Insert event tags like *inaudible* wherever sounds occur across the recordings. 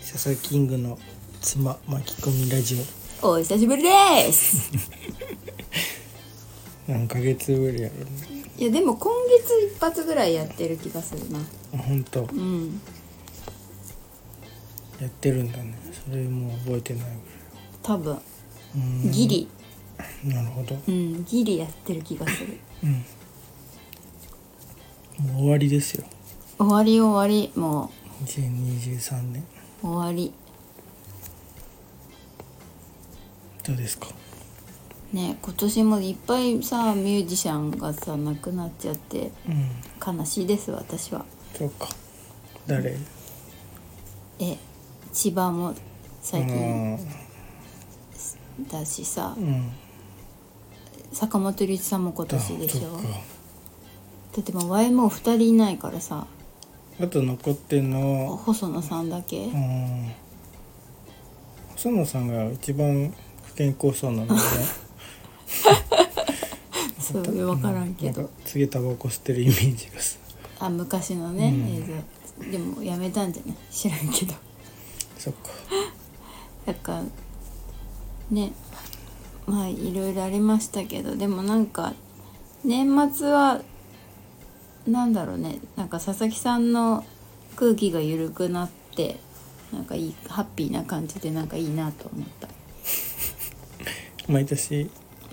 サキングの妻巻き込みラジお久しぶりです。オ何ヶ月ぶりやろねいやでも今月一発ぐらいやってる気がするな。あほんとうん。やってるんだねそれもう覚えてない多分ぐらいギリ、うんなるほどうん、ギリやってる気がする。もう終わりですよ *laughs* 終わり終わりも2023年う終わり。どうですかね今年もいっぱいさミュージシャンがさ亡くなっちゃってうん悲しいです私は。そうか誰え千葉も最近あだしさーうん坂本龍一さんも今年でしあそょっ。かだってもう Y も2人いないからさあと残ってんの細野さんだけ。うん細野さんが一番不健康そうなんだねそう分からんけど、なかすげえタバコ吸ってるイメージがさあ昔のね、映像でもやめたんじゃない知らんけどそっかだからねまあいろいろありましたけどでもなんか年末はなんだろうねなんか佐々木さんの空気が緩くなってなんかいいハッピーな感じでなんかいいなと思った毎年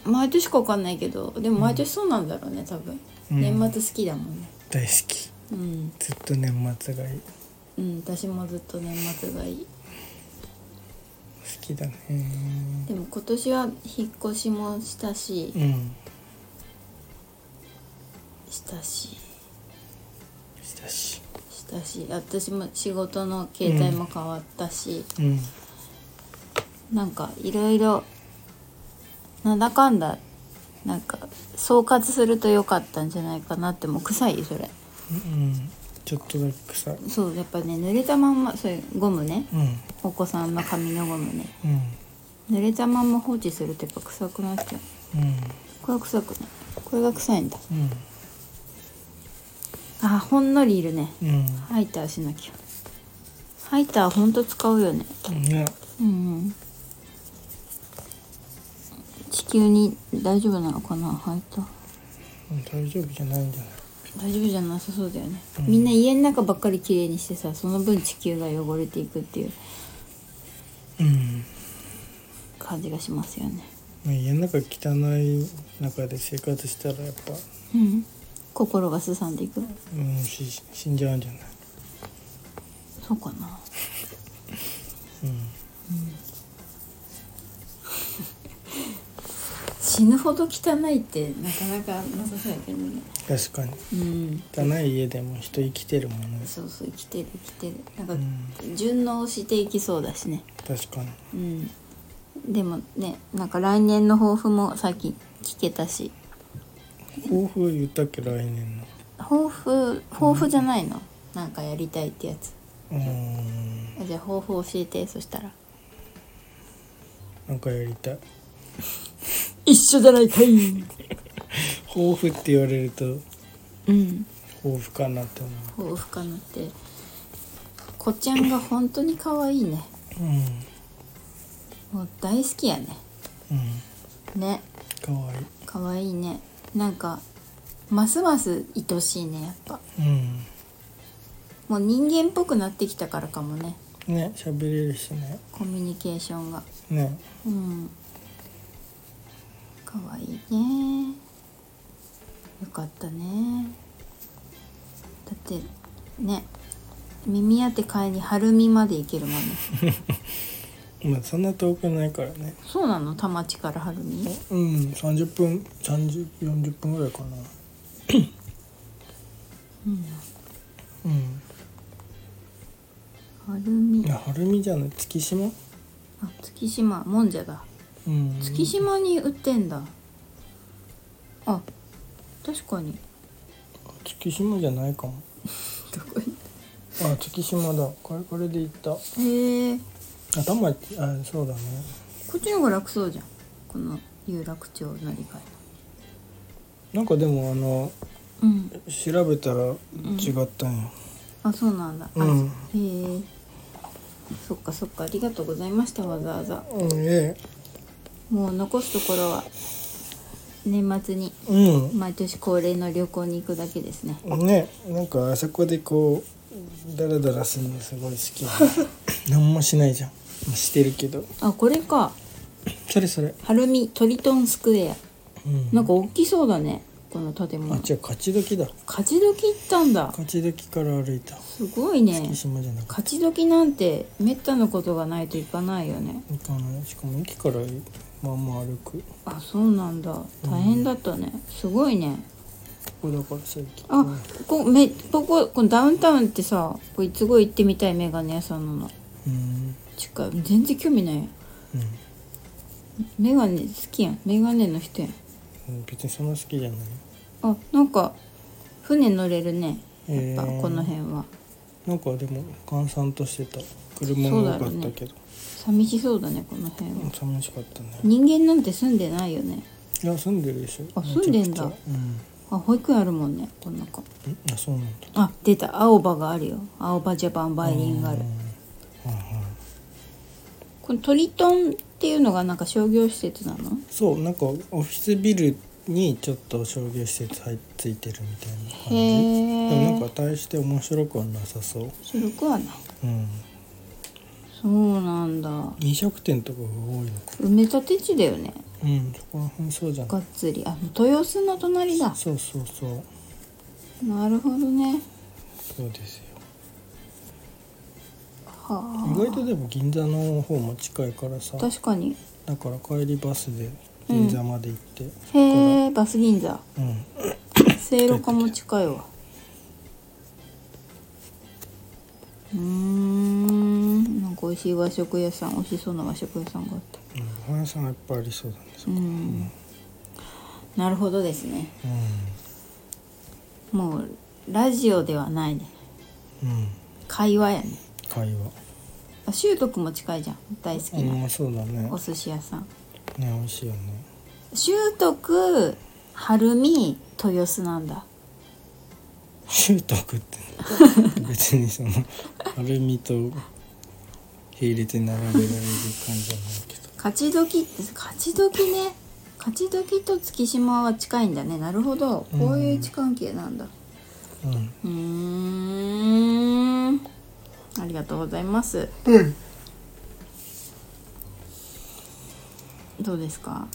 毎年かわかんないけどでも毎年そうなんだろうね多分、うん年末好きだもんね大好きうんずっと年末がいい好うん私もずっと年末がいいきだねでも今年は引っ越しもしたしうんしたししたししたし私も仕事の携帯も変わったし、うんなんかいろいろなんだかんだなんか総括すると良かったんじゃないかなってもう臭いよそれうんちょっとだけ臭いそうやっぱね濡れたまんまそういうゴムねうんお子さんの髪のゴムねうん濡れたまんま放置するとやっぱ臭くなっちゃううんこれは臭くないこれが臭いんだうんあほんのりいるねうんハイターしなきゃハイターほんと使うよねねうんうん地球に大丈夫なのかなハイターうん大丈夫じゃないんじゃない大丈夫じゃなさそうだよね、みんな家の中ばっかり綺麗にしてさその分地球が汚れていくっていううん感じがしますよねまあ家の中汚い中で生活したらやっぱうん心がすさんでいくうんし死んじゃうんじゃないそうかなうん死ぬほど汚いってなかなかなさそうやけどね確かにうん汚い家でも人生きてるものですそうそう生きてる生きてるなんかう順応していきそうだしね確かにうんでもねなんか来年の抱負もさっき聞けたし抱負言ったっけ来年の抱負抱負じゃないの、なんかやりたいってやつうんあじゃあ抱負教えてそしたらなんかやりたい一緒じゃないかい抱負って言われるとうん抱負かなって思抱負かなってこちゃんが本当に可愛いねううんもう大好きやねうんねかわいい可愛いねなんかますます愛しいねやっぱうんもう人間っぽくなってきたからかもねね喋れるしねコミュニケーションがねうん可愛いねよかったねだってね耳当て買いに晴海まで行けるもんねまあそんな遠くないからねそうなの田町から晴海うん30分3040分ぐらいかなうんうん晴海いや晴海じゃない月島あ月島もんじゃだうん月島に売ってんだあ確かに月島じゃないかもどこにあ月島だこれこれで行ったへえ頭あそうだねこっちの方が楽そうじゃんこの有楽町乗り換なんかでもあのえうん調べたら違ったんよあそうなんだ、あうんへえそっかそっかありがとうございましたわざわざうんえもう残すところは年末にえうん毎年恒例の旅行に行くだけですねねなんかあそこでこうダラダラするのすごい好き *laughs* 何もしないじゃんまあしてるけどあこれかそれそれ、晴海トリトンスクエアうん、なんか大きそうだねこの建物あじゃあ勝ち時だ勝ち時行ったんだ勝ち時から歩いたすごいね月島じゃなくて勝ち時なんてめったなことがないといかないよね行かないしかも駅からまあまあ歩くあそうなんだ大変だったね、すごいねここだから最近あここめこここのダウンタウンってさこれいつご行ってみたいメガネ屋さんなのうん近い全然興味ないやんうメガネ好きやんメガネの人やんん別にそんな好きじゃないあなんか船乗れるねやっぱへーこの辺はなんかでも閑散としてた車も多かったけど、寂しそうだねこの辺はうん寂しかったね人間なんて住んでないよねいや住んでるでしょあ住んでんだめちゃくちゃうんあ保育園あるもんねこの中うんあそうなんだあ出た青葉があるよ青葉ジャパンバイリンガうルんはいはいこのトリトンっていうのがなんか商業施設なのそうなんかオフィスビルにちょっと商業施設入っついてるみたいな感じへーでもなんか大して面白くはなさそう白くはないうんそうなんだ飲食店とかが多いのか埋め立て地だよねうんそこら辺そうじゃながいっつりあの豊洲の隣だそうそうそうなるほどねそうですよは意外とでも銀座の方も近いからさあ確かにだから帰りバスで銀座まで行って、へえバス銀座うん聖路加も近いわうーんなんか美味しい和食屋さん美味しそうな和食屋さんがあったうんお花屋さんがいっぱいありそうなんですうよ、んなるほどですねうもうラジオではないねんうん、会話やね会話あ修斗君も近いじゃん大好きなうんそうだねねお寿司屋さん美味しいよね修徳晴海豊洲なんだ習得って *laughs* 別にそのアルミと並列に並べられる感じじゃないけど勝ち時って勝ち時ね勝ち時と月島は近いんだねなるほどこういう位置関係なんだうんうーんありがとうございます、どうですか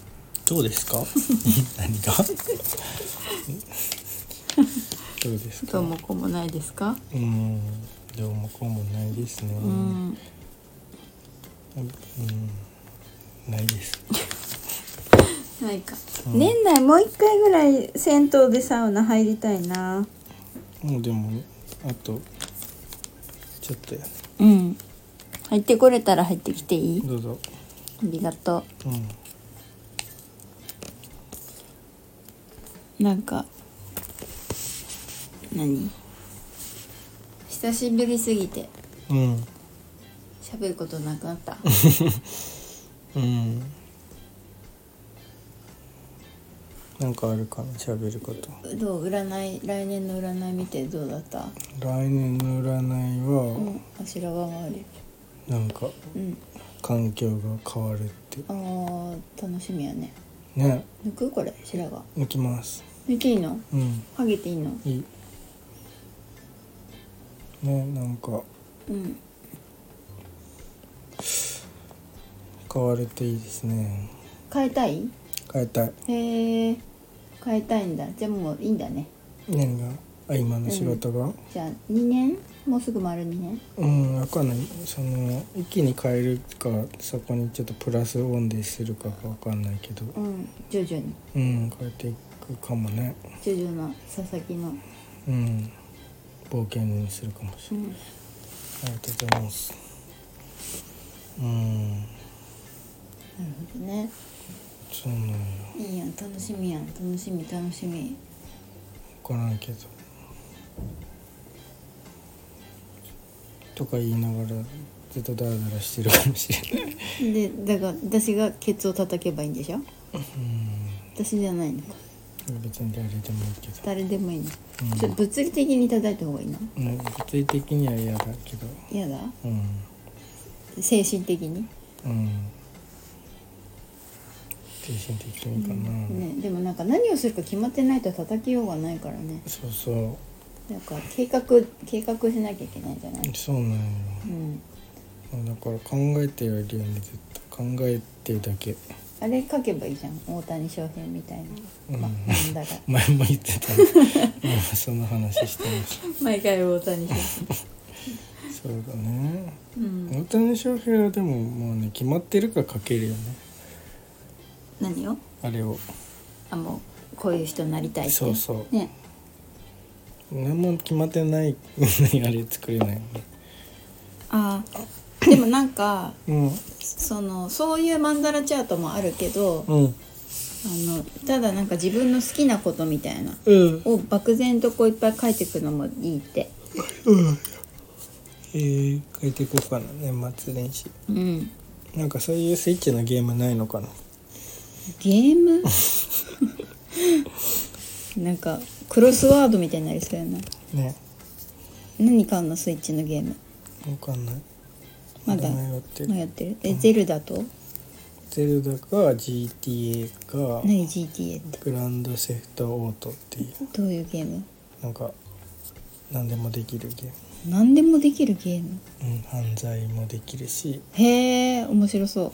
どうですか *laughs* 何がどうですどかうもこうもないですかうんどうもこうもないですねうんうんない *laughs* ですないか、うん年内もう一回ぐらい銭湯でサウナ入りたいなもうでもあとちょっとやねうん入ってこれたら入ってきていいどうぞありがとうんうなんか何久しぶりすぎて *laughs* うん喋ることなくなった *laughs* うんなんかあるかな喋ることどう占い来年の占い見てどうだった来年の占いはあしらばがあるなんかうん環境が変わるってあー楽しみやねね抜くこれ白髪行きます抜いていいのうんハゲていいのいいねなんかうん変わるといいですね変えたい変えたいへえ変えたいんだじゃあもういいんだね何があ今の仕事がじゃあ2年もうすぐ丸2年うんわかんないその一気に変えるかそこにちょっとプラスオンでするかがわかんないけどうん徐々にうん変えていくかもね徐々の佐々木のうん冒険にするかもしうれない、んありがとうございますうんなるほどねそうなんよいいやん楽しみやん楽しみ楽しみ分からんけどとか言いながらずっとダラダラしてるかもしれないでだから私がケツを叩けばいいんでしょ私じゃないのかうん別に誰でもいいけど誰でもいいの、うんちょっと物理的に叩いた方がいいのうん物理的には嫌だけど嫌だうん精神的に、うん精神的にかな、ね、でもなんか何をするか決まってないと叩きようがないからねそうそうなんか計画計画しなきゃいけないじゃない、そうなんようん、だから考えてはいるよね絶対考えてるだけあれ書けばいいじゃん大谷翔平みたいな、ま、うんなんだか前も言ってた *laughs* ね前もその話してまし *laughs* 毎回大谷 *laughs* 翔平、たそうだねうん、大谷翔平はでももうね決まってるから書けるよね何をあれをあもうこういう人になりたいってそうそうね何も決まってないのにあれ作れないよねあーでもなんかうんそのそういうマンダラチャートもあるけどあうんのただなんか自分の好きなことみたいなうんを漠然とこういっぱい書いていくのもいいってえー、書いていこうかな年末年始うんなんかそういうスイッチのゲームないのかなゲーム *laughs* なんかクロスワードみたいになりそうやなね何買うのスイッチのゲームわかんないまだ迷ってるもうやってるえゼルダとゼルダか GTA か何 GTA ってグランドセフトオートっていうどういうゲームなんか何でもできるゲー何でもできるゲームム、うん、犯罪もできるしへえ面白 *laughs* そう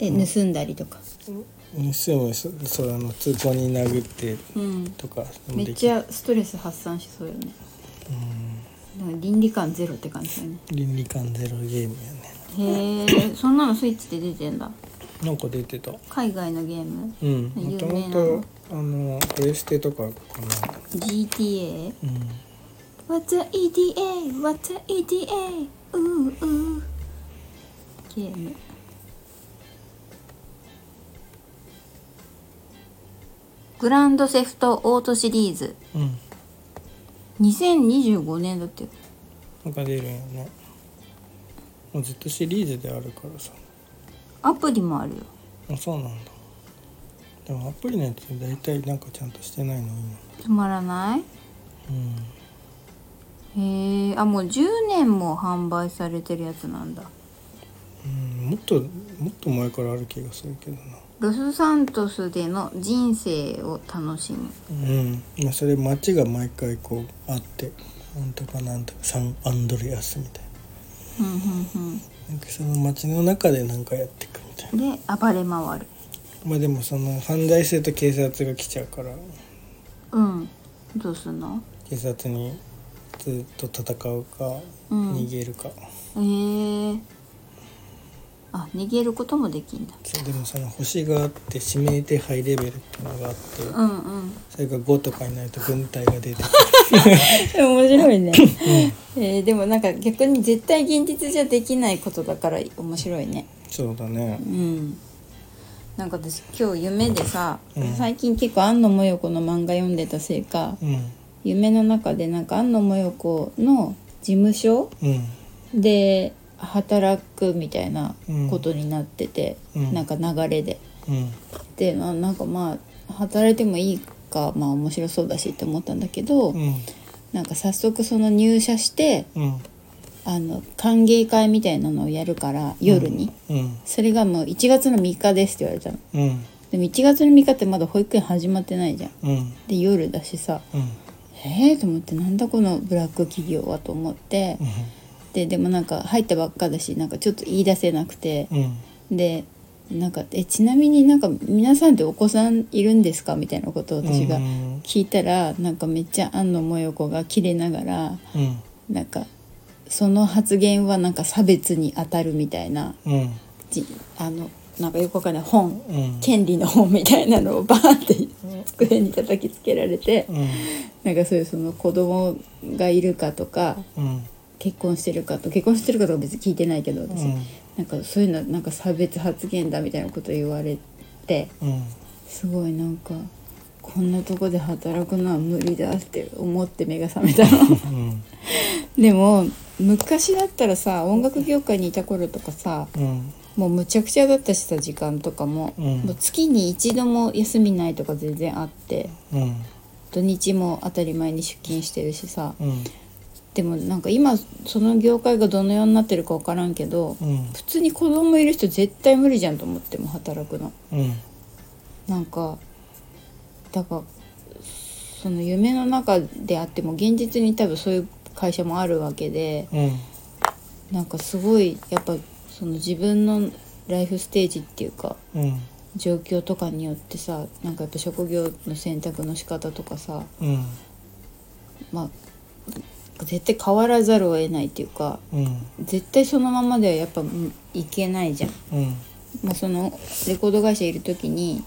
え盗んだりとか盗むそそうあの通行に殴ってうんとかでもめできるっちゃストレス発散しそうよねうんなんか倫理観ゼロって感じだよね倫理観ゼロゲームやねへえそんなのスイッチで出てんだなんか出てた海外のゲームうん有もと名なもとあのプレステとかかな GTA うん What's a ETA? What's a ETA? うううゲームグランドセフトオートシリーズうん2025年だってよなんか出るんやねもうずっとシリーズであるからさアプリもあるよあそうなんだでもアプリのやつ大体なんかちゃんとしてないの今つまらないうんへえあもう10年も販売されてるやつなんだうんもっともっと前からある気がするけどなロスサントスでの人生を楽しむうん、まあ、それ街が毎回こうあってなんとかなんとかサンアンドレアスみたいふんふんふんななんかその街の中でなんかやっていくみたいなで暴れ回るまあでもその犯罪すると警察が来ちゃうからうんどうすんの警察にずっと戦うか、うん逃げるかへえあ逃げることもできんだそうでもその星があって指名手配レベルっていうのがあって、うんうんそれが5とかになると軍隊が出てくる面白いね、えーでもなんか逆に絶対現実じゃできないことだから面白いねそうだねうんなんか私今日夢でさ、うん最近結構庵野もよこの漫画読んでたせいかうん夢の中でなんか庵野もよこの事務所うんで働くみたいなことになってて、うんなんか流れで。うんでななんかまあ働いてもいいかまあ面白そうだしって思ったんだけど、うんなんか早速その入社してうんあの歓迎会みたいなのをやるから夜に、うんそれがもう1月の3日ですって言われたのうんでも1月の3日ってまだ保育園始まってないじゃんうんで夜だしさうんえー、と思ってなんだこのブラック企業はと思って、ででもなんか入ったばっかだしなんかちょっと言い出せなくて、うんでなんかえちなみになんか皆さんってお子さんいるんですかみたいなことを私がうん聞いたら、なんかめっちゃ安野もよこがキレながらうんなんかその発言はなんか差別に当たるみたいなうんじあのなんかよくわかんない本うん権利の本みたいなのをバーンって机に叩きつけられて、うんなんかそういうその子供がいるかとかうん結婚してるかと結婚してるかとか別に聞いてないけど私、うんなんかそういうのなんか差別発言だみたいなこと言われてうんすごいなんかこんなとこで働くのは無理だって思って目が覚めた *laughs* のうんでも昔だったらさ音楽業界にいた頃とかさうんもうむちゃくちゃだったしさ時間とかも,、うんもう月に一度も休みないとか全然あってうん土日も当たり前に出勤してるしさうんでもなんか今その業界がどのようになってるか分からんけどうん普通に子供いる人絶対無理じゃんと思っても働くのうんなんかだからその夢の中であっても現実に多分そういう会社もあるわけでうんなんかすごいやっぱその自分のライフステージっていうかうん状況とかによってさなんかやっぱ職業の選択の仕方とかさうんまあ絶対変わらざるを得ないっていうかうん絶対そのままではやっぱうんいけないじゃん。うんまあ、そのレコード会社いる時に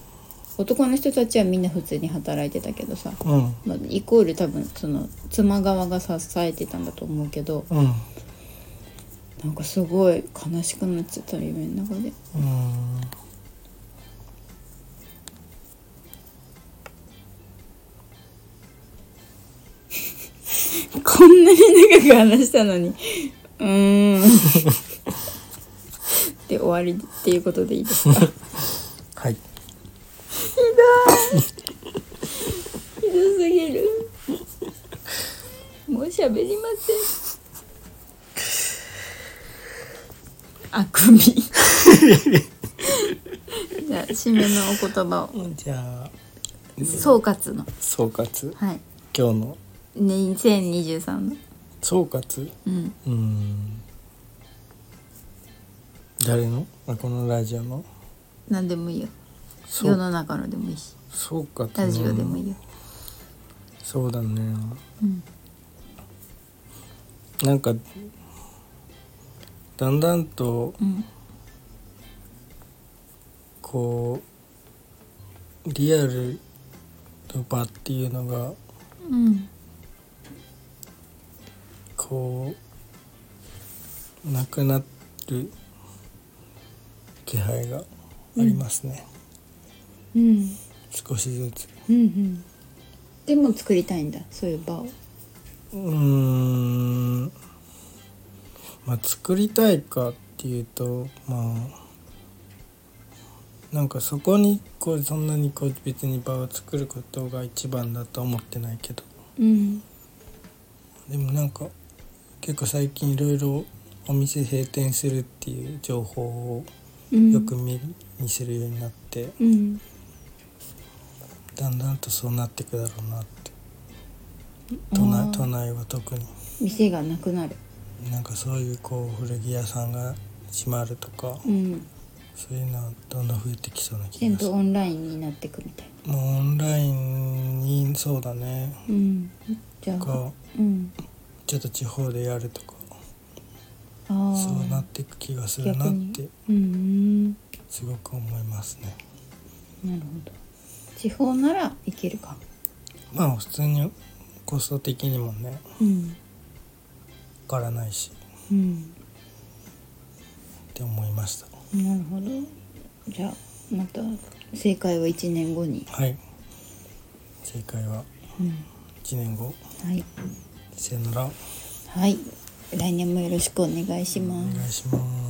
男の人たちはみんな普通に働いてたけどさ、うんまあ、イコール多分その妻側が支えてたんだと思うけどうんなんかすごい悲しくなっちゃった夢の中でうんこんなに長く話したのにう *laughs* ーんで終わりっていうことでいいです *laughs* かはいひどすぎるもう喋りませんあく *laughs* びじゃあ締めのお言葉をじゃあ総括の総括はい今日のね2023の総括うんうん誰のあこのラジオの何でもいいよそう世の中のでもいいし総括のラジオでもいいよ、そうだねうん、なんかだんだんとうんこうリアルの場っていうのがうんこうなくなる気配がありますね、うん少しずつうんうんでも作りたいんだそういう場をうーんまあ作りたいかっていうとまあなんかそこにこうそんなにこう別に場を作ることが一番だとは思ってないけどうんでもなんか結構最近いろいろお店閉店するっていう情報うんをよく見,、見せるようになってうんだんだんとそうなってくだろうなって都あ内ー都内は特に店がなくなるなんかそういうこう古着屋さんが閉まるとかうんそういうのはどんどん増えてきそうな気全がす部るオンラインになってくみたいなもうオンラインにそうだねうんじゃとあかうんちょっと地方でやるとかああそうなっていく気がするなってうんうんなすごく思いますねるほど地方ならいけるかもまあ普通にコスト的にもねうんわからないしうんって思いましたなるほどじゃあまた正解は1年後に、はい正解はうん、 1年後はいさよならはい来年もよろしくお願いしおます願いします